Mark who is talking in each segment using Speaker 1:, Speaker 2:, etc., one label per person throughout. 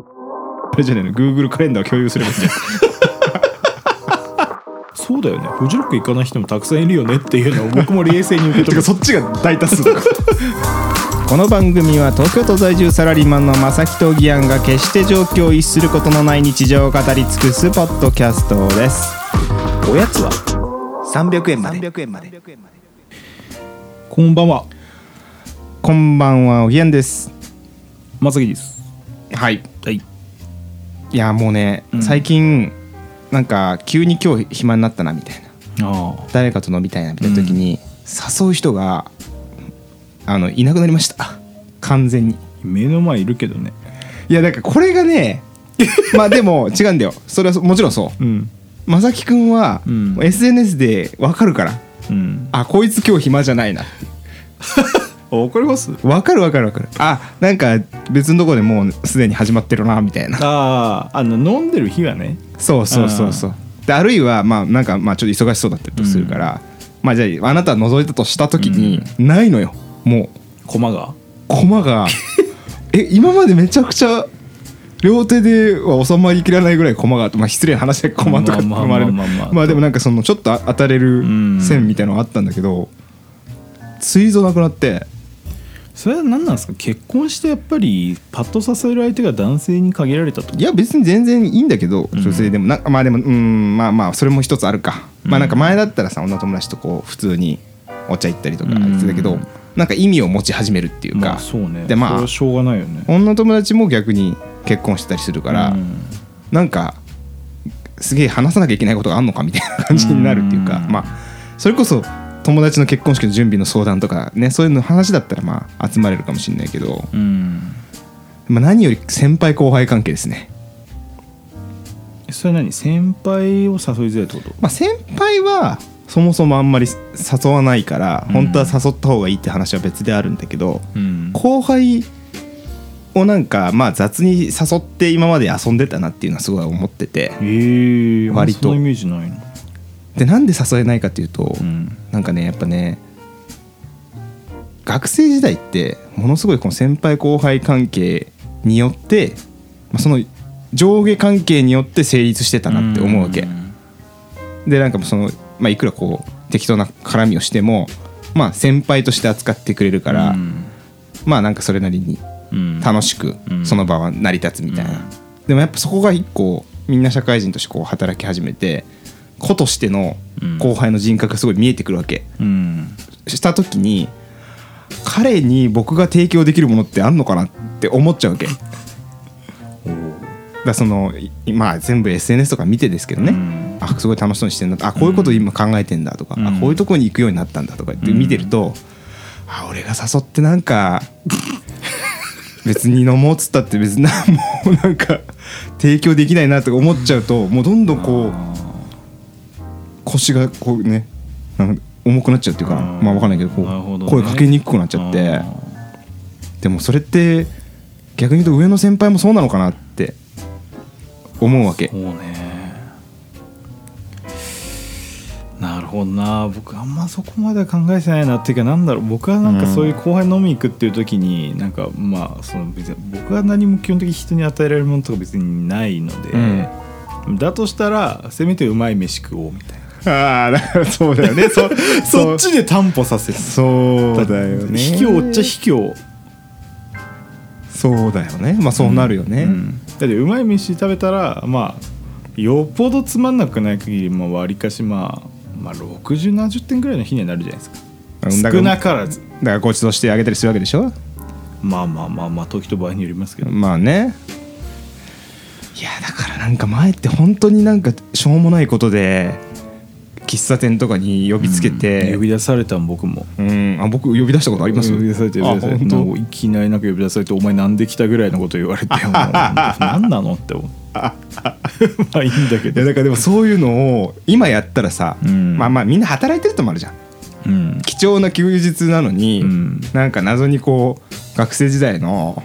Speaker 1: あれじゃないの Google カレンダー共有すればいい んじゃない
Speaker 2: そうだよねフジロック行かない人もたくさんいるよねっていうのを僕も冷静に受け
Speaker 1: て
Speaker 2: 止
Speaker 1: か
Speaker 2: め
Speaker 1: そっちが大多数だから
Speaker 3: この番組は東京都在住サラリーマンの正木と義安が決して状況を逸することのない日常を語り尽くすポッドキャストですおやつは300円まで
Speaker 2: こんばんは
Speaker 3: こんばんはおぎやんです
Speaker 2: まさきです
Speaker 3: はい
Speaker 2: はい
Speaker 3: いやもうね、
Speaker 2: うん
Speaker 3: 最近なんか急に今日暇になったなみたいな
Speaker 2: ああ
Speaker 3: 誰かと飲みたいなみたいな時に、誘う人があのいなくなりました完全に
Speaker 1: 目の前いるけどね
Speaker 3: いやだからこれが ねまあでも違うんだよそれはそもちろんそう
Speaker 1: うん
Speaker 3: まさきくんは、
Speaker 2: うん
Speaker 3: SNS でわかるから
Speaker 1: うん
Speaker 3: あこいつ今日暇じゃないな
Speaker 1: わかります
Speaker 3: わかるわかるわかるあなんか別のとこでもうすでに始まってるなみた いな
Speaker 1: あああの飲んでる日はね
Speaker 3: そうそうそうそうであるいはまあなんかまあちょっと忙しそうだったりとするから、まあじゃああなたは覗いたとした時に、ないのよもう
Speaker 2: 駒が
Speaker 3: 駒 がえ今までめちゃくちゃ両手では収まりきらないぐらい駒があって、まあ、失礼な話で駒とか
Speaker 2: まあまあ
Speaker 3: 含まれる
Speaker 2: まあまあまあ
Speaker 3: まあでもなんかそのちょっと当たれる
Speaker 2: ん
Speaker 3: 線みたいなのがあったんだけどついぞなくなって
Speaker 2: それは何なんですか結婚してやっぱりパッとさせる相手が男性に限られたと
Speaker 3: いや別に全然いいんだけど女性でもなんかまあでもうんまあまあそれも一つあるか、まあなんか前だったらさ女友達とこう普通にお茶行ったりとか言ってたけど、
Speaker 2: うん
Speaker 3: なんか意味を持ち始めるっていうか、
Speaker 2: まあそうね
Speaker 3: でまあ
Speaker 2: それはしょうがないよね
Speaker 3: 女友達も逆に結婚してたりするから、
Speaker 2: うん
Speaker 3: なんかすげえ話さなきゃいけないことがあんのかみたいな感じになるっていうか
Speaker 2: うん
Speaker 3: まあそれこそ友達の結婚式の準備の相談とかねそういうの話だったらまあ集まれるかもしれないけど、
Speaker 2: うん
Speaker 3: まあ、何より先輩後輩関係ですね、
Speaker 2: それは何先輩を誘いづらいってこと
Speaker 3: まあ、先輩はそもそもあんまり誘わないから
Speaker 2: うん
Speaker 3: 本当は誘った方がいいって話は別であるんだけど、
Speaker 2: うん
Speaker 3: 後輩をなんかまあ雑に誘って今まで遊んでたなっていうのはすごい思ってて
Speaker 2: ええ
Speaker 3: 割と
Speaker 2: そのイメージないの
Speaker 3: でなんで誘えないかっていうと、
Speaker 2: うん
Speaker 3: なんかねやっぱね学生時代ってものすごいこの先輩後輩関係によって、まあ、その上下関係によって成立してたなって思うわけ、
Speaker 2: ん
Speaker 3: でなんかその、まあ、いくらこう適当な絡みをしても、まあ、先輩として扱ってくれるから、
Speaker 2: うん
Speaker 3: まあなんかそれなりに
Speaker 2: うん
Speaker 3: 楽しく
Speaker 2: うん
Speaker 3: その場は成り立つみたいな、
Speaker 2: うん
Speaker 3: でもやっぱそこが一個みんな社会人としてこう働き始めて子としての後輩の人格がすごい見えてくるわけ、
Speaker 2: うん
Speaker 3: した時に彼に僕が提供できるものってあんのかなって思っちゃうわけだからそのいまあ全部 SNS とか見てですけどね、
Speaker 2: うん
Speaker 3: あすごい楽しそうにしてんなあこういうこと今考えてんだとか、
Speaker 2: うん
Speaker 3: あこういうとこに行くようになったんだとかって見てると、あ俺が誘ってなんか別に飲もうっつったって別に何もなんか提供できないなとか思っちゃうともうどんどんこう腰がこうねなんか重くなっちゃうっていうか
Speaker 2: うん
Speaker 3: まあ分かんないけどこ
Speaker 2: なるほ
Speaker 3: う
Speaker 2: どね
Speaker 3: 声かけにくくなっちゃってでもそれって逆に言うと上の先輩もそうなのかなって思うわけ
Speaker 2: そうねなるほどな僕あんまそこまでは考えてないなっていうかなんだろう僕はなんか
Speaker 3: うん
Speaker 2: そういう後輩飲み行くっていう時になんかまあその別に僕は何も基本的に人に与えられるものとか別にないので、だとしたらせめてうまい飯食おうみたいな
Speaker 3: ああそうだよね そ
Speaker 2: そっちで担保させる
Speaker 3: そうだよね
Speaker 2: 卑怯っちゃ卑怯
Speaker 3: そうだよねまあそうなるよね、
Speaker 2: うんだってうまい飯食べたらまあよっぽどつまんなくない限りまあ割かしまあ、まあ、6070点ぐらいの日にはなるじゃないですか
Speaker 3: うんだから
Speaker 2: 少なからず
Speaker 3: だからごちそうしてあげたりするわけでしょ
Speaker 2: まあまあまあまあ時と場合によりますけど、
Speaker 3: まあねいやだからなんか前って本当になんかしょうもないことで喫茶店とかに呼びつけて、
Speaker 2: 呼び出されたん僕も
Speaker 3: うん、あ僕呼び出したことあります
Speaker 2: 呼び出されて呼び出されて
Speaker 3: あ
Speaker 2: も
Speaker 3: 本
Speaker 2: ういきなりなんか呼び出されて「お前なんで来た?」ぐらいのこと言われてもう 何なのって思うまあいいんだけ
Speaker 3: 当い
Speaker 2: ど
Speaker 3: やだからでもそういうのを今やったらさ、
Speaker 2: うん
Speaker 3: まあまあみんな働いてるともあるじゃん
Speaker 2: うん
Speaker 3: 貴重な休日なのに、
Speaker 2: うん
Speaker 3: なんか謎にこう学生時代の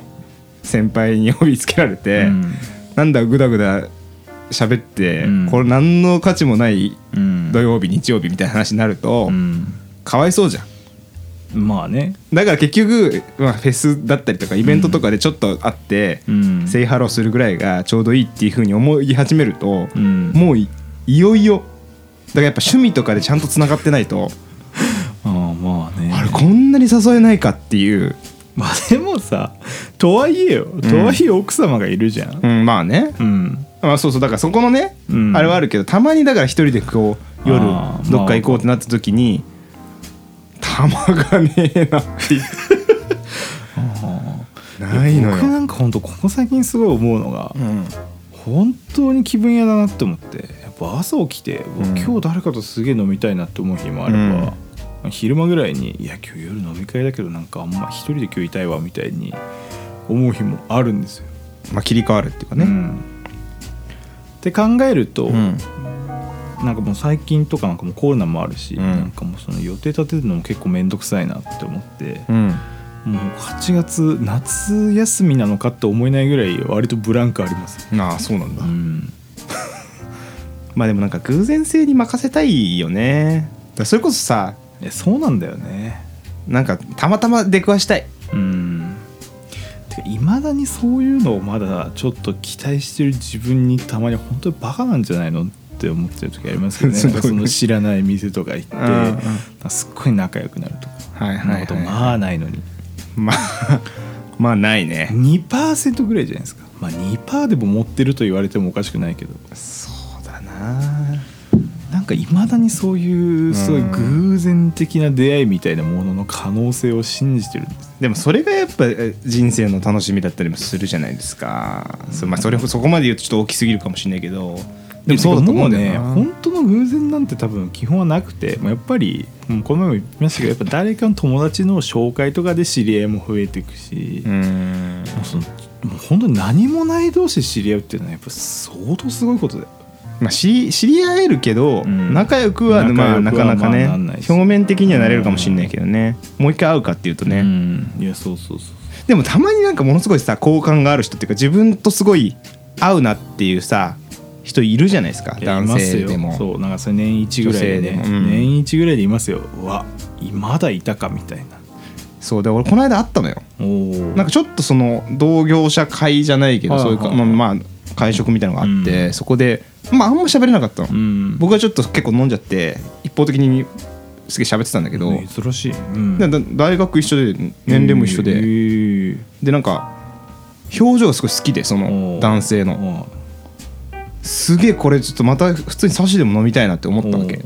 Speaker 3: 先輩に呼びつけられて、
Speaker 2: うん
Speaker 3: なんだぐだぐだ喋って、
Speaker 2: うん
Speaker 3: これ何の価値もない
Speaker 2: うん
Speaker 3: 土曜日日曜日みたいな話になると、
Speaker 2: うん
Speaker 3: かわいそうじゃん
Speaker 2: まあね
Speaker 3: だから結局、まあ、フェスだったりとかイベントとかでちょっと会って、
Speaker 2: うん
Speaker 3: セイハローするぐらいがちょうどいいっていうふうに思い始めると、
Speaker 2: うん
Speaker 3: もういいよいよだからやっぱ趣味とかでちゃんとつながってないと、
Speaker 2: ああまあね
Speaker 3: あれこんなに誘えないかっていう、
Speaker 2: まあでもさとはいえよとはいえ奥様がいるじゃん
Speaker 3: うん、まあね、
Speaker 2: うん
Speaker 3: まあ、そうそうだからそこのね、
Speaker 2: うん
Speaker 3: あれはあるけどたまにだから一人でこう夜
Speaker 2: あー
Speaker 3: どっか行こうってなった時に「玉がねえな」っていう
Speaker 2: 僕
Speaker 3: ないのよ。
Speaker 2: なんかほんとここ最近すごい思うのが、
Speaker 3: うん
Speaker 2: 本当に気分屋だなって思ってやっぱ朝起きて、うわ
Speaker 3: うん
Speaker 2: 今日誰かとすげえ飲みたいなって思う日もあれば、昼間ぐらいにいや今日夜飲み会だけどなんかあんま一人で今日いたいわみたいに思う日もあるんですよ。
Speaker 3: まあ、切り替わるっていうか
Speaker 2: う
Speaker 3: ね。
Speaker 2: んって考えると、
Speaker 3: うん
Speaker 2: なんかもう最近とかなんかもうコロナもあるし、
Speaker 3: うん
Speaker 2: なんかもうその予定立てるのも結構面倒くさいなって思って、
Speaker 3: うん
Speaker 2: もう8月夏休みなのかって思えないぐらい割とブランクあります。
Speaker 3: ああそうなんだ、
Speaker 2: うん
Speaker 3: まあでもなんか偶然性に任せたいよねだからそれこそさ
Speaker 2: いやそうなんだよね
Speaker 3: なんかたまたま出くわしたい
Speaker 2: うんいまだにそういうのをまだちょっと期待してる自分にたまに本当にバカなんじゃないのって思ってる時あります よね
Speaker 3: すごい
Speaker 2: なんかその知らない店とか行って
Speaker 3: うんうん
Speaker 2: なんかすっごい仲良くなるとか
Speaker 3: はい
Speaker 2: そんなことまあないのに
Speaker 3: まあ まあないね
Speaker 2: 2%ぐらいじゃないですかまあ2%でも持ってると言われてもおかしくないけど
Speaker 3: そうだな
Speaker 2: なんかいまだにそういうすごい偶然的な出会いみたいなものの可能性を信じてるんです
Speaker 3: でもそれがやっぱえ人生の楽しみだったりもするじゃないですか、そうまあ、それそこまで言うとちょっと大きすぎるかもしれないけどでもそうだと思うんだよ
Speaker 2: も
Speaker 3: な
Speaker 2: うね本当の偶然なんて多分基本はなくて、まあ、やっぱり、うんこの前も言いましたけどやっぱ誰かの友達の紹介とかで知り合いも増えていくし、
Speaker 3: う
Speaker 2: も
Speaker 3: ん
Speaker 2: うそのもう本当に何もない同士で知り合うっていうのはやっぱ相当すごいことだよ
Speaker 3: まあ、知知り合えるけど、
Speaker 2: うん
Speaker 3: 仲良くはまあな
Speaker 2: 仲良く
Speaker 3: か
Speaker 2: は
Speaker 3: なかね
Speaker 2: まあなんないし
Speaker 3: 表面的にはなれるかもしれないけどね、もう一回会うかっていうとね、
Speaker 2: うんいやそうそうそう
Speaker 3: でもたまになんかものすごいさ好感がある人っていうか自分とすごい合うなっていうさ人いるじゃないですか
Speaker 2: いや
Speaker 3: 男性で
Speaker 2: います
Speaker 3: も
Speaker 2: よそうなんかそれ年一ぐらいでね
Speaker 3: 女性でもうん
Speaker 2: 年一ぐらいでいますようわまだいたかみたいな
Speaker 3: そうで俺この間会ったのよ
Speaker 2: おお
Speaker 3: なんかちょっとその同業者会じゃないけど
Speaker 2: はい
Speaker 3: そういうか、
Speaker 2: はい
Speaker 3: まあまあ会食みたいなのがあって、
Speaker 2: う
Speaker 3: そこでまああんま喋れなかったの、
Speaker 2: うん
Speaker 3: 僕はちょっと結構飲んじゃって一方的にすげえ喋ってたんだけど、
Speaker 2: 珍しい、うん
Speaker 3: だだ大学一緒で年齢も一緒で、
Speaker 2: へー
Speaker 3: でなんか表情がすごい好きでそ
Speaker 2: お
Speaker 3: の
Speaker 2: う
Speaker 3: 男性の
Speaker 2: あ
Speaker 3: すげえこれちょっとまた普通にサシでも飲みたいなって思ったわけ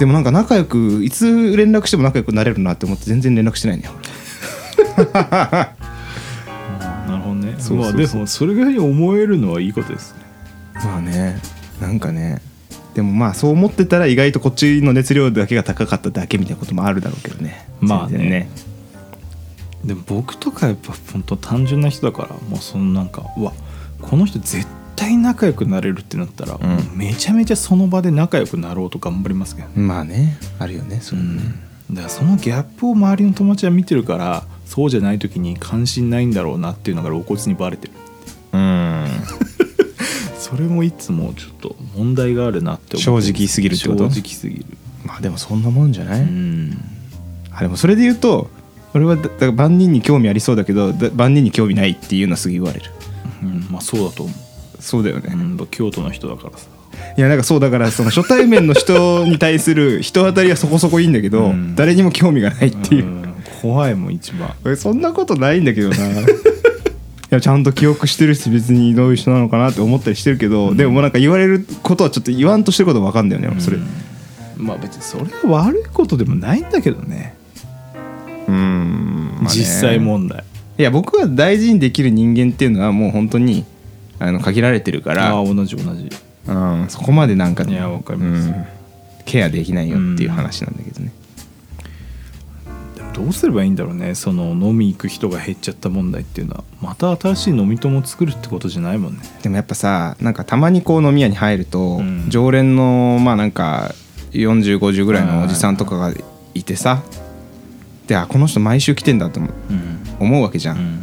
Speaker 3: でもなんか仲良くいつ連絡しても仲良くなれるなって思って全然連絡してないんだよ
Speaker 2: あなるほどね
Speaker 3: そうそうそう
Speaker 2: まあでもそれぐらいに思えるのはいいことですね
Speaker 3: まあねなんかねでもまあそう思ってたら意外とこっちの熱量だけが高かっただけみたいなこともあるだろうけどね
Speaker 2: まあね
Speaker 3: 全然
Speaker 2: でも僕とかやっぱ本当単純な人だからもうそのなんかうわこの人絶対仲良くなれるってなったら、
Speaker 3: ん
Speaker 2: めちゃめちゃその場で仲良くなろうと頑張りますけどね、
Speaker 3: まあねあるよねそうれね
Speaker 2: ん、だからそのギャップを周りの友達は見てるからそうじゃない時に関心ないんだろうなっていうのが露骨にバレてる
Speaker 3: うん
Speaker 2: それもいつもちょっと問題があるなって思
Speaker 3: 正
Speaker 2: って
Speaker 3: 直すぎるってこと
Speaker 2: 正直すぎる
Speaker 3: まあでもそんなもんじゃない、
Speaker 2: うん
Speaker 3: あでもそれで言うと俺はだだから万人に興味ありそうだけどだ万人に興味ないっていうのはすぐ言われる
Speaker 2: うんまあそうだと思う
Speaker 3: そうだよね、
Speaker 2: うん京都の人だからさ
Speaker 3: いやなんかそうだからその初対面の人に対する人当たりはそこそこいいんだけど、
Speaker 2: うん
Speaker 3: 誰にも興味がないっていう、
Speaker 2: 怖いもん一番
Speaker 3: 俺そんなことないんだけどな いやちゃんと記憶してるし別にどういう人なのかなって思ったりしてるけど、でももうなんか言われることはちょっと言わんとしてることは分かんだよね、俺それ
Speaker 2: まあ別にそれが悪いことでもないんだけどね,、
Speaker 3: うん、まあね
Speaker 2: 実際問題
Speaker 3: いや僕は大事にできる人間っていうのはもう本当にあの限られてるから
Speaker 2: ああ同じ同じ
Speaker 3: うん、そこまでなんか
Speaker 2: いやわかります
Speaker 3: うんケアできないよっていう話なんだけどね、
Speaker 2: でもどうすればいいんだろうねその飲み行く人が減っちゃった問題っていうのはまた新しい飲み友作るってことじゃないもんね
Speaker 3: でもやっぱさなんかたまにこう飲み屋に入ると、
Speaker 2: ん
Speaker 3: 常連のまあなんか4050ぐらいのおじさんとかがいてさであこの人毎週来てんだと思う
Speaker 2: うん
Speaker 3: 思うわけじゃん、
Speaker 2: うん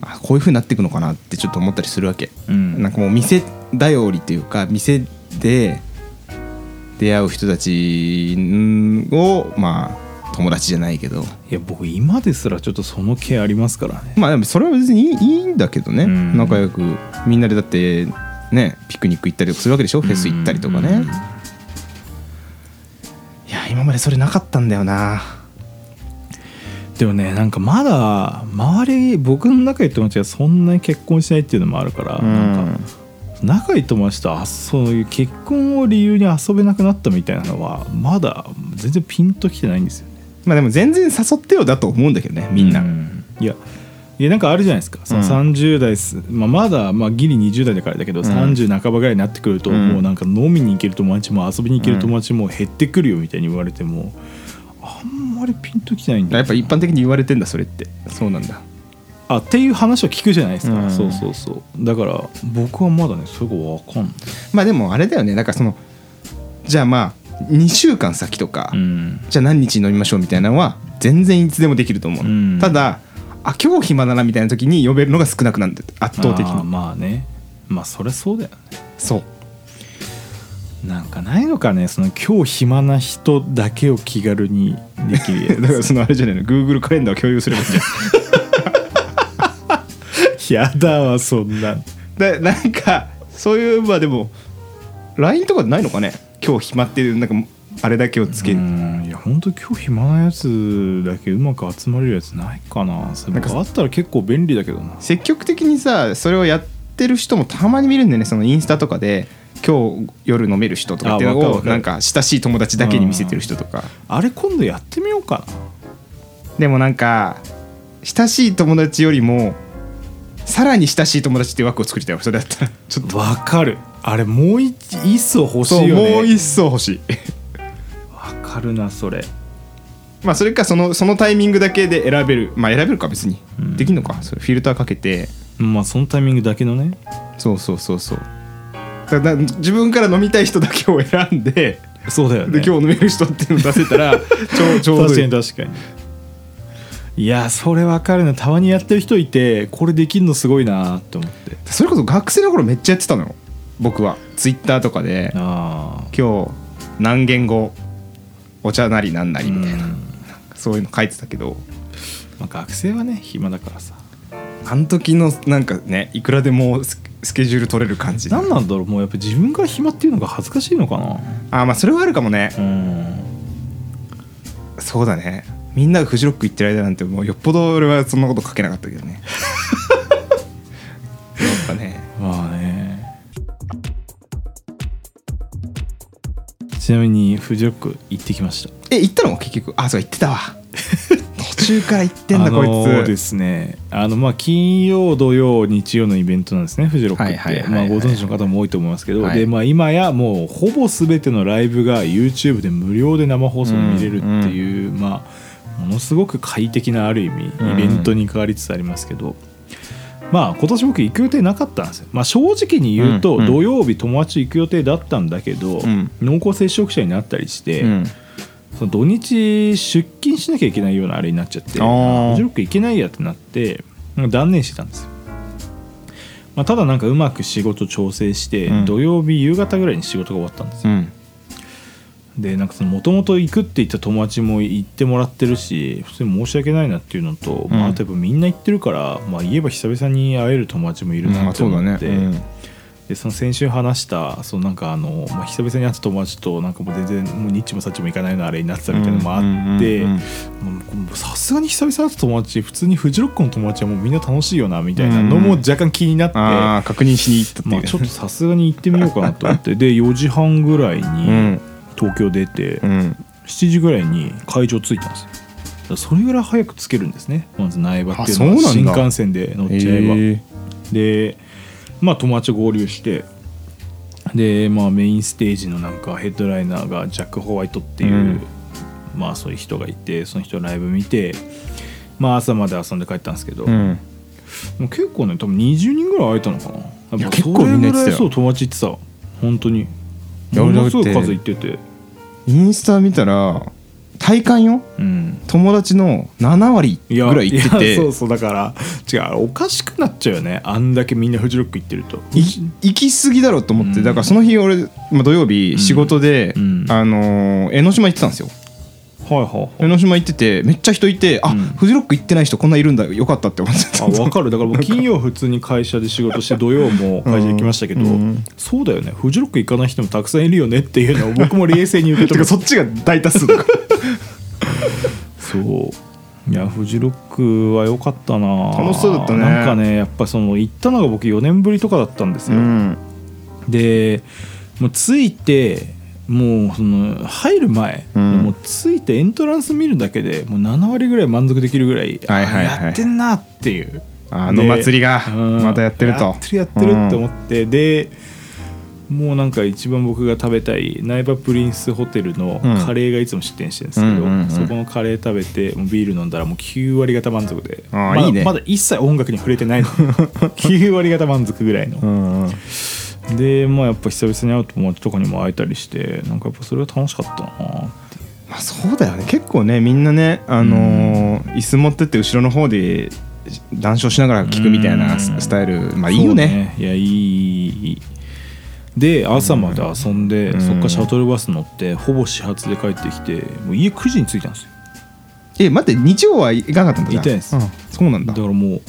Speaker 3: あこういう風になっていくのかなってちょっと思ったりするわけ、
Speaker 2: うん
Speaker 3: なんかもう店頼りというか店で出会う人たちをまあ友達じゃないけど
Speaker 2: いや僕今ですらちょっとその気ありますからね
Speaker 3: まあでもそれは別にいいいいんだけどね、
Speaker 2: うん
Speaker 3: 仲良くみんなでだってねピクニック行ったりとかするわけでしょフェス行ったりとかね、
Speaker 2: うん
Speaker 3: いや今までそれなかったんだよな
Speaker 2: でもねなんかまだ周り僕の仲いい友達がそんなに結婚しないっていうのもあるから、なんか仲いい友達とあそういう結婚を理由に遊べなくなったみたいなのはまだ全然ピンときてないんですよね
Speaker 3: まあでも全然誘ってよだと思うんだけどねみんな、
Speaker 2: いやいやなんかあるじゃないですか、その
Speaker 3: うん
Speaker 2: 30代す、まあ、まだ、まあ、ギリ20代だからだけど、
Speaker 3: ん
Speaker 2: 30半ばぐらいになってくると、
Speaker 3: うん
Speaker 2: もうなんか飲みに行ける友達も遊びに行ける友達も減ってくるよみたいに言われてもあんまりピンときてないんだ
Speaker 3: や
Speaker 2: よ
Speaker 3: っぱ一般的に言われてんだそれってそうなんだ
Speaker 2: あっていう話を聞くじゃないですか、
Speaker 3: うん
Speaker 2: そうそうそうだから僕はまだねそれが分かんない、
Speaker 3: まあでもあれだよねだからそのじゃあまあ2週間先とか、じゃあ何日に飲みましょうみたいなのは全然いつでもできると思う、
Speaker 2: うん
Speaker 3: ただあ今日暇だなみたいな時に呼べるのが少なくなるんだよ圧倒的
Speaker 2: あー
Speaker 3: に
Speaker 2: まあねまあそりゃそうだよね
Speaker 3: そう
Speaker 2: なんかないのかねその今日暇な人だけを気軽にできる
Speaker 3: だから そのあれじゃないの Google カレンダーを共有すればいいんじゃ
Speaker 2: やだわそんな
Speaker 3: ないだなんかそういうまあでも LINE とかないのかね今日暇っていうなんかあれだけをつけ
Speaker 2: う
Speaker 3: る、
Speaker 2: んいやほんと今日暇なやつだけうまく集まれるやつないかなそれ
Speaker 3: なんか
Speaker 2: あったら結構便利だけどな
Speaker 3: 積極的にさそれをやってる人もたまに見るんだよねそのインスタとかで今日夜飲める人とかっていう
Speaker 2: あわかる
Speaker 3: の
Speaker 2: わ
Speaker 3: を
Speaker 2: かる
Speaker 3: なんか親しい友達だけに見せてる人とか
Speaker 2: あれ今度やってみようか
Speaker 3: でもなんか親しい友達よりもさらに親しい友達っていう枠を作りたいわそれだったらちょっ
Speaker 2: なわかるあれもう一一層欲
Speaker 3: と
Speaker 2: し
Speaker 3: そ
Speaker 2: いうよね
Speaker 3: もう一層欲しい
Speaker 2: わかるなそれ
Speaker 3: まあそれかそのそのタイミングだけで選べるまあ選べるか別に、できんのかそれフィルターかけて
Speaker 2: まあそのタイミングだけのね
Speaker 3: そうそうそうそうだから自分から飲みたい人だけを選んで
Speaker 2: そうだよね
Speaker 3: で今日飲める人っていうのを出せた らちょうちょうど
Speaker 2: 確か
Speaker 3: いい
Speaker 2: に確かにいやそれ分かるなたまにやってる人いてこれできるのすごいなと思って
Speaker 3: それこそ学生の頃めっちゃやってたのよ僕はツイッターとかで
Speaker 2: ああ
Speaker 3: 今日何言語お茶なりなんなりみたいな,、
Speaker 2: うん
Speaker 3: そういうの書いてたけど
Speaker 2: まあ、学生はね暇だからさ
Speaker 3: あの時のなんかねいくらでもスケスケジュール取れる感じあ
Speaker 2: 何なんだろうもうやっぱ自分が暇っていうのが恥ずかしいのかな
Speaker 3: あまあそれはあるかもね
Speaker 2: うん
Speaker 3: そうだねみんながフジロック行ってる間なんてもうよっぽど俺はそんなこと書けなかったけど ねやっぱね
Speaker 2: まあねちなみにフジロック行ってきました
Speaker 3: え行ったの結局あそう行ってたわ途中から行ってんだ、
Speaker 2: あのー
Speaker 3: こいつ
Speaker 2: ですねあのまあ金曜土曜日曜のイベントなんですねフジロックって、
Speaker 3: はいはいはい
Speaker 2: ま
Speaker 3: は
Speaker 2: あ、
Speaker 3: い
Speaker 2: ご存知の方も多いと思いますけど、
Speaker 3: はい
Speaker 2: でまあ、今やもうほぼ全てのライブが YouTube で無料で生放送見れるっていう、まあ、ものすごく快適なある意味イ
Speaker 3: うん
Speaker 2: ベントに変わりつつありますけど。まあ今年僕行く予定なかったんですよ、まあ、正直に言うと
Speaker 3: うんうん
Speaker 2: 土曜日友達と行く予定だったんだけど、
Speaker 3: うん
Speaker 2: 濃厚接触者になったりして、
Speaker 3: うん
Speaker 2: その土日出勤しなきゃいけないようなあれになっちゃって
Speaker 3: あー
Speaker 2: フジロック行けないやってなってなんか断念してたんですよ、まあ、ただなんかうまく仕事調整して、
Speaker 3: うん
Speaker 2: 土曜日夕方ぐらいに仕事が終わったんです
Speaker 3: う
Speaker 2: よ、
Speaker 3: ん
Speaker 2: でなんかそのもともと行くって言った友達も行ってもらってるし普通に申し訳ないなっていうのと、まあ、
Speaker 3: うん
Speaker 2: あとやっぱみんな行ってるから、まあ、言えば久々に会える友達もいる
Speaker 3: ま
Speaker 2: な
Speaker 3: あ
Speaker 2: と
Speaker 3: そうだ
Speaker 2: 思
Speaker 3: ね
Speaker 2: って、
Speaker 3: うん
Speaker 2: でその先週話したそのなんかあの、まあ、久々に会った友達となんかもう全然もうニッチもサッチもいかないようなあれになってたみたいなのもあって
Speaker 3: うんうんうん
Speaker 2: もうさすがに久々に会った友達普通にフジロックの友達はもうみんな楽しいよなみたいなのも若干気になって、
Speaker 3: ああ確認しに行ったっていう、
Speaker 2: まあ、ちょっとさすがに行ってみようかなと思 ってで4時半ぐらいに東京出て
Speaker 3: うんうん
Speaker 2: 7時ぐらいに会場着いたんですよ。だからそれぐらい早く着けるんですねまず苗場っていうのは
Speaker 3: あそうなん
Speaker 2: 新
Speaker 3: だ
Speaker 2: 幹線で乗っ
Speaker 3: え
Speaker 2: ちゃえば。
Speaker 3: ー
Speaker 2: でまあ友達と合流してでまあメインステージのなんかヘッドライナーがジャック・ホワイトっていう、
Speaker 3: うん
Speaker 2: まあそういう人がいてその人のライブ見てまあ朝まで遊んで帰ったんですけど、
Speaker 3: う
Speaker 2: も
Speaker 3: ん、
Speaker 2: う結構ね多分20人ぐらい会えたのかな
Speaker 3: や
Speaker 2: っぱ
Speaker 3: 結構みんな行
Speaker 2: それぐ
Speaker 3: ってたよ
Speaker 2: らいそう友達行ってさ本当に
Speaker 3: いや
Speaker 2: も
Speaker 3: 俺だっ
Speaker 2: の
Speaker 3: て
Speaker 2: すごい数行ってて
Speaker 3: インスタ見たら体感よ
Speaker 2: うん
Speaker 3: 友達の7割ぐらい行って
Speaker 2: や
Speaker 3: て
Speaker 2: そうそうだから違うあれおかしくなっちゃうよねあんだけみんなフジロック行ってると
Speaker 3: い行き過ぎだろうと思って、だからその日俺、まあ、土曜日仕事で、
Speaker 2: うん
Speaker 3: あのー江ノ島行ってたんですよ
Speaker 2: はいはい
Speaker 3: 江ノ島行っててめっちゃ人いてあ、フジロック行ってない人こんないるんだよかったって思っちゃった
Speaker 2: はいあ分かるだから僕金曜普通に会社で仕事して土曜も会社行きましたけど、
Speaker 3: うん
Speaker 2: そうだよねフジロック行かない人もたくさんいるよねっていうのを僕も冷静に受け
Speaker 3: て
Speaker 2: 止
Speaker 3: か
Speaker 2: め
Speaker 3: そっちが大多数だから
Speaker 2: そういやフジロックは良かったな
Speaker 3: 楽しそうだったね
Speaker 2: なんかねやっぱその行ったのが僕4年ぶりとかだったんですよ、でもう着いてもうその入る前、
Speaker 3: うん
Speaker 2: もう着いてエントランス見るだけでもう7割ぐらい満足できるぐらい,、
Speaker 3: はいはいはい
Speaker 2: やってんなっていう
Speaker 3: あの祭りが
Speaker 2: うん
Speaker 3: またやってると
Speaker 2: やってるやってるって思って、でもうなんか一番僕が食べたい苗場プリンスホテルの
Speaker 3: うん
Speaker 2: カレーがいつも出店してるんですけど、
Speaker 3: うんうんうん
Speaker 2: そこのカレー食べてもうビール飲んだらもう9割方満足で
Speaker 3: あ
Speaker 2: ま
Speaker 3: ー
Speaker 2: だ
Speaker 3: いいね
Speaker 2: まだ一切音楽に触れて ないの9割方満足ぐらいの、
Speaker 3: うんうん
Speaker 2: でまあやっぱ久々に会う友達とかにも会えたりしてなんかやっぱそれは楽しかったなっていう
Speaker 3: まあそうだよね結構ねみんなねあのー椅子持ってって後ろの方で談笑しながら聞くみたいなス
Speaker 2: うん
Speaker 3: スタイルまあいいよね
Speaker 2: そういやいいいいで朝まで遊んで、
Speaker 3: うん
Speaker 2: そっからシャトルバス乗ってほぼ始発で帰ってきてもう家9時に着いたんですよ
Speaker 3: え待って日曜は行かなかったんだじゃ
Speaker 2: 行
Speaker 3: あ
Speaker 2: ってないです
Speaker 3: うんそうなん
Speaker 2: だ
Speaker 3: だ
Speaker 2: からもう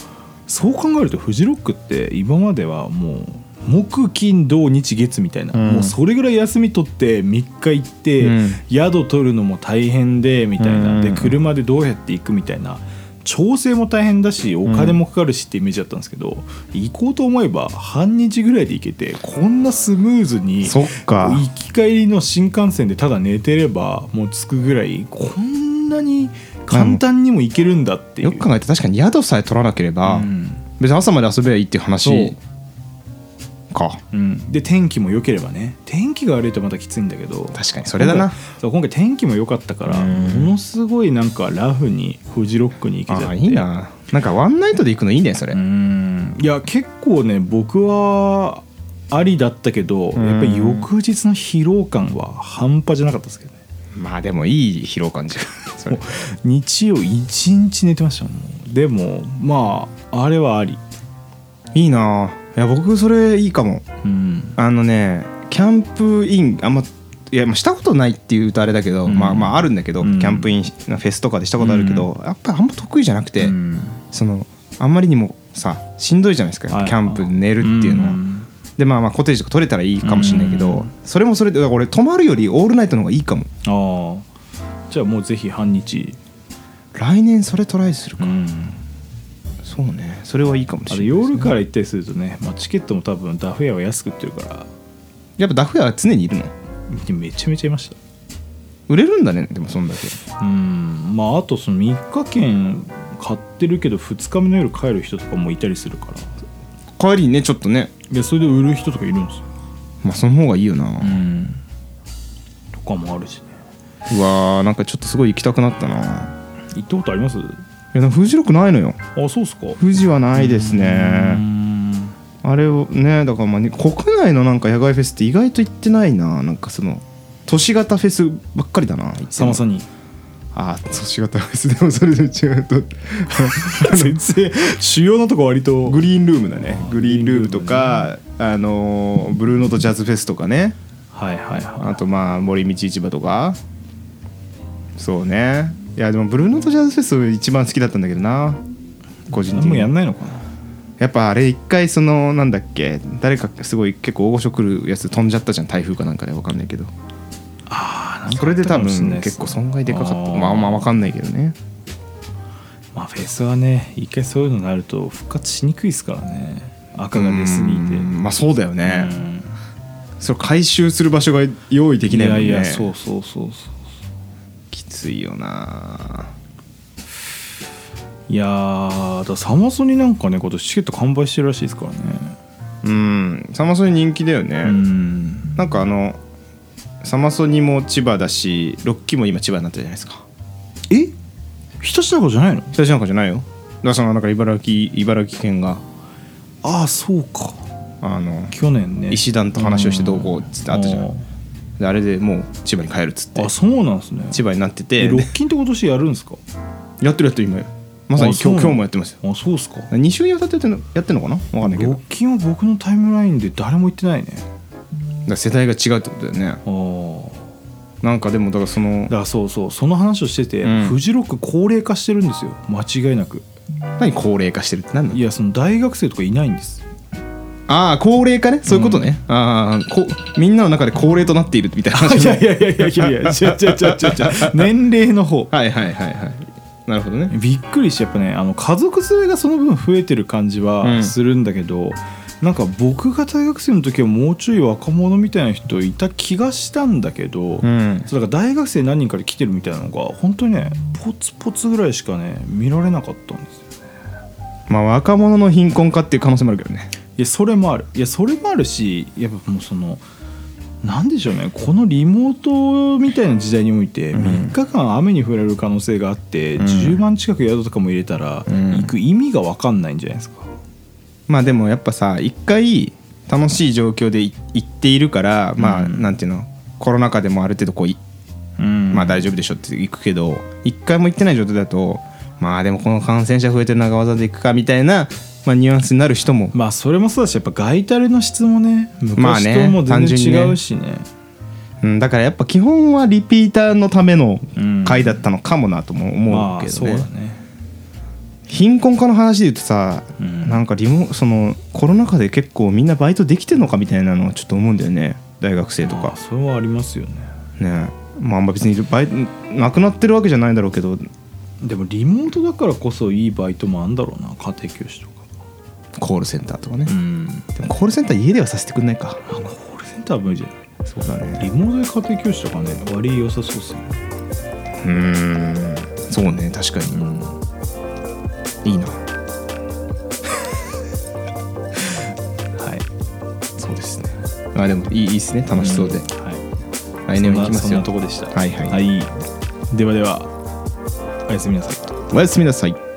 Speaker 2: そう考えるとフジロックって今まではもう木金土日月みたいな、
Speaker 3: うん
Speaker 2: もうそれぐらい休み取って3日行って、
Speaker 3: うん
Speaker 2: 宿取るのも大変でみたいな、
Speaker 3: う
Speaker 2: で
Speaker 3: ん
Speaker 2: 車でどうやって行くみたいな調整も大変だしお金もかかるしってイメージだったんですけど、行こうと思えば半日ぐらいで行けてこんなスムーズに
Speaker 3: そっか
Speaker 2: 行き帰りの新幹線でただ寝てればもう着くぐらいこんなに簡単にも行けるんだっていう。
Speaker 3: よく考えて確かに宿さえ取らなければ、
Speaker 2: うん
Speaker 3: 別に朝まで遊べばいいっていう
Speaker 2: そう
Speaker 3: 話か
Speaker 2: うん、で天気も良ければね天気が悪いとまたきついんだけど
Speaker 3: 確かにそれだな
Speaker 2: 今回そう今回天気も良かったから
Speaker 3: うん
Speaker 2: ものすごいなんかラフにフジロックに行けちゃっ
Speaker 3: あ
Speaker 2: て
Speaker 3: いいななんかワンナイトで行くのいいねそれ、
Speaker 2: うんいや結構ね僕はありだったけどやっ
Speaker 3: ん
Speaker 2: ぱり翌日の疲労感は半端じゃなかったですけどね
Speaker 3: まあでもいい疲労感 じるそれ
Speaker 2: もう日曜一日寝てましたもんでもまああれはあり
Speaker 3: いいないや僕それいいかも
Speaker 2: うん
Speaker 3: あのねキャンプインあんまいやまあしたことないっていうとあれだけど、
Speaker 2: うん
Speaker 3: まあまああるんだけど、
Speaker 2: うん
Speaker 3: キャンプインフェスとかでしたことあるけど、やっぱりあんま得意じゃなくて、
Speaker 2: うん
Speaker 3: そのあんまりにもさしんどいじゃないですか、
Speaker 2: はい
Speaker 3: キャンプで寝るっていうのは、
Speaker 2: ん
Speaker 3: でまあまあコテージとか取れたらいいかもしれないけど、
Speaker 2: うん
Speaker 3: それもそれでだから俺泊まるよりオールナイトの方がいいかも
Speaker 2: ああじゃあもうぜひ半日
Speaker 3: 来年それトライするか、
Speaker 2: うん
Speaker 3: そうねそれはいいかもし
Speaker 2: あと
Speaker 3: れないですね、
Speaker 2: 夜から行ったりするとね、まあ、チケットも多分ダフ屋は安く売ってるから
Speaker 3: やっぱダフ屋は常にいるの
Speaker 2: めちゃめちゃいまし
Speaker 3: 売れるんだねでもそんだけ
Speaker 2: たうんまああとその3日券買ってるけど2日目の夜帰る人とかもいたりするから
Speaker 3: 帰りにねちょっとね
Speaker 2: でそれで売る人とかいるんですよ
Speaker 3: まあその方がいいよな、
Speaker 2: うんとかもあるしね
Speaker 3: うわーなんかちょっとすごい行きたくなったない
Speaker 2: 行ったことあります
Speaker 3: やでもフジロックないのよ
Speaker 2: あそうっすか
Speaker 3: 富士はないです
Speaker 2: う
Speaker 3: ね
Speaker 2: ん
Speaker 3: あれをねだからまあ、ね、国内のなんか野外フェスって意外と行ってないななんかその都市型フェスばっかりだな
Speaker 2: さまさに
Speaker 3: ああ都市型フェスでもそれで違うと
Speaker 2: 全然主要なとこ割と
Speaker 3: グリーンルームだねグリーンルームとかあのーブルーノートジャズフェスとかね
Speaker 2: はいはいは
Speaker 3: あとまあ森道市場とかそうねいやでもブルーノートジャズフェス一番好きだったんだけどな個
Speaker 2: い
Speaker 3: 人
Speaker 2: 何
Speaker 3: 的
Speaker 2: も
Speaker 3: に
Speaker 2: や
Speaker 3: や
Speaker 2: んないのかな
Speaker 3: っぱあれ一回そのなんだっけ誰かすごい結構大御所来るやつ飛んじゃったじゃん台風かなんかでわかんないけど
Speaker 2: ああ
Speaker 3: それで多分結構損害でかかったまあまあわかんないけどね
Speaker 2: まあ、フェスはね一回そういうのになると復活しにくいですからね赤が出すぎて
Speaker 3: うんまあそうだよね
Speaker 2: うん
Speaker 3: それ回収する場所が用意できないもんね
Speaker 2: いやいやそうそうそうそう
Speaker 3: きついよない
Speaker 2: やーだからサマソニなんかね今年チケット完売してるらしいですからね
Speaker 3: うんサマソニ人気だよね、
Speaker 2: うん
Speaker 3: なんかあのサマソニも千葉だしロッキーも今千葉になったじゃないですか
Speaker 2: えひたしなことじゃないの
Speaker 3: 北地なんかじゃないよだからそのなんか茨城茨城県が
Speaker 2: ああそうか
Speaker 3: あの
Speaker 2: 去年ね
Speaker 3: 石段と話をしてどうこうっつってあったじゃ
Speaker 2: うん
Speaker 3: であれでもう千葉に帰るっつって
Speaker 2: あそうなんですね
Speaker 3: 千葉になって
Speaker 2: え
Speaker 3: て
Speaker 2: ロッキンって今年やるんですか
Speaker 3: やってるやってる今まさに
Speaker 2: あそうなの
Speaker 3: 今日今日もやってますよ
Speaker 2: あそうっすか
Speaker 3: 2週にわたってやってんのやってんのかなわかんないけど
Speaker 2: ロ
Speaker 3: だか
Speaker 2: ッキンは僕のタイムラインで誰も行ってないね
Speaker 3: ら世代が違うってことだよね
Speaker 2: ああ
Speaker 3: なんかでもだからその
Speaker 2: だからそうそうその話をしてて、
Speaker 3: うん
Speaker 2: フジロック高齢化してるんですよ間違いなく
Speaker 3: 何高齢化してるって何なの
Speaker 2: いやその大学生とかいないんです
Speaker 3: ああ高齢化ねそういうことね、ああこみんなの中で高齢となっているみたいな
Speaker 2: い
Speaker 3: 話
Speaker 2: やいやいやいやいやいや違う違う違う違う 違う年齢の方
Speaker 3: はいはいはいはいなるほどね
Speaker 2: びっくりしてやっぱねあの家族連れがその分増えてる感じ
Speaker 3: うん
Speaker 2: はするんだけど、なんか僕が大学生の時はもうちょい若者みたいな人いた気がしたんだけど、
Speaker 3: うん
Speaker 2: そうだから大学生何人かで来てるみたいなのが本当にねポツポツぐらいしかね見られなかったんですよ
Speaker 3: まあ若者の貧困化っていう可能性もあるけどね
Speaker 2: いやそれもあるいやそれもあるしやっぱもうそのなんでしょうねこのリモートみたいな時代において
Speaker 3: うん
Speaker 2: 3日間雨に降られる可能性があって、
Speaker 3: うん
Speaker 2: 10万近く宿とかも入れたら、
Speaker 3: うん
Speaker 2: 行く意味が分かんないんじゃないですか、
Speaker 3: まあでもやっぱさ一回楽しい状況でい行っているからまあ、
Speaker 2: うん
Speaker 3: なんていうのコロナ禍でもある程度こういまあ大丈夫でしょって行くけど一回も行ってない状態だとまあでもこの感染者増えてる中わざで行くかみたいな、まあ、ニュアンスになる人も
Speaker 2: まあそれもそうだしやっぱ外タレの質もね
Speaker 3: まあね
Speaker 2: 昔ともう全然違うしね,、
Speaker 3: うん、だからやっぱ基本はリピーターのための
Speaker 2: うん
Speaker 3: 回だったのかもなとも思
Speaker 2: ま
Speaker 3: う
Speaker 2: あ
Speaker 3: けど
Speaker 2: そう
Speaker 3: ね,、
Speaker 2: だね
Speaker 3: 貧困化の話で言うとさ、
Speaker 2: うん
Speaker 3: なんかリモそのコロナ禍で結構みんなバイトできてるのかみたいなのはちょっと思うんだよね大学生と
Speaker 2: まあ
Speaker 3: か
Speaker 2: それはありますよね
Speaker 3: ねまああんま別にバイトなくなってるわけじゃないだろうけど
Speaker 2: でもリモートだからこそいいバイトもあんだろうな家庭教師とか
Speaker 3: コールセンターとかね、
Speaker 2: うん
Speaker 3: でもコールセンター家ではさせてくんないか
Speaker 2: コールセンターは無理じゃない
Speaker 3: そうだね
Speaker 2: リモートで家庭教師とかね割良さそうっすよね
Speaker 3: うーんそうね確か
Speaker 2: ん
Speaker 3: にいいな
Speaker 2: はい
Speaker 3: そうですねあでもいいいいですね楽しそうで、
Speaker 2: はい
Speaker 3: 来年も行きま
Speaker 2: そん
Speaker 3: す
Speaker 2: なそんなとこ
Speaker 3: よ
Speaker 2: でした
Speaker 3: はいは
Speaker 2: は
Speaker 3: い
Speaker 2: い、ではではおやすみなさい
Speaker 3: おやすみなさい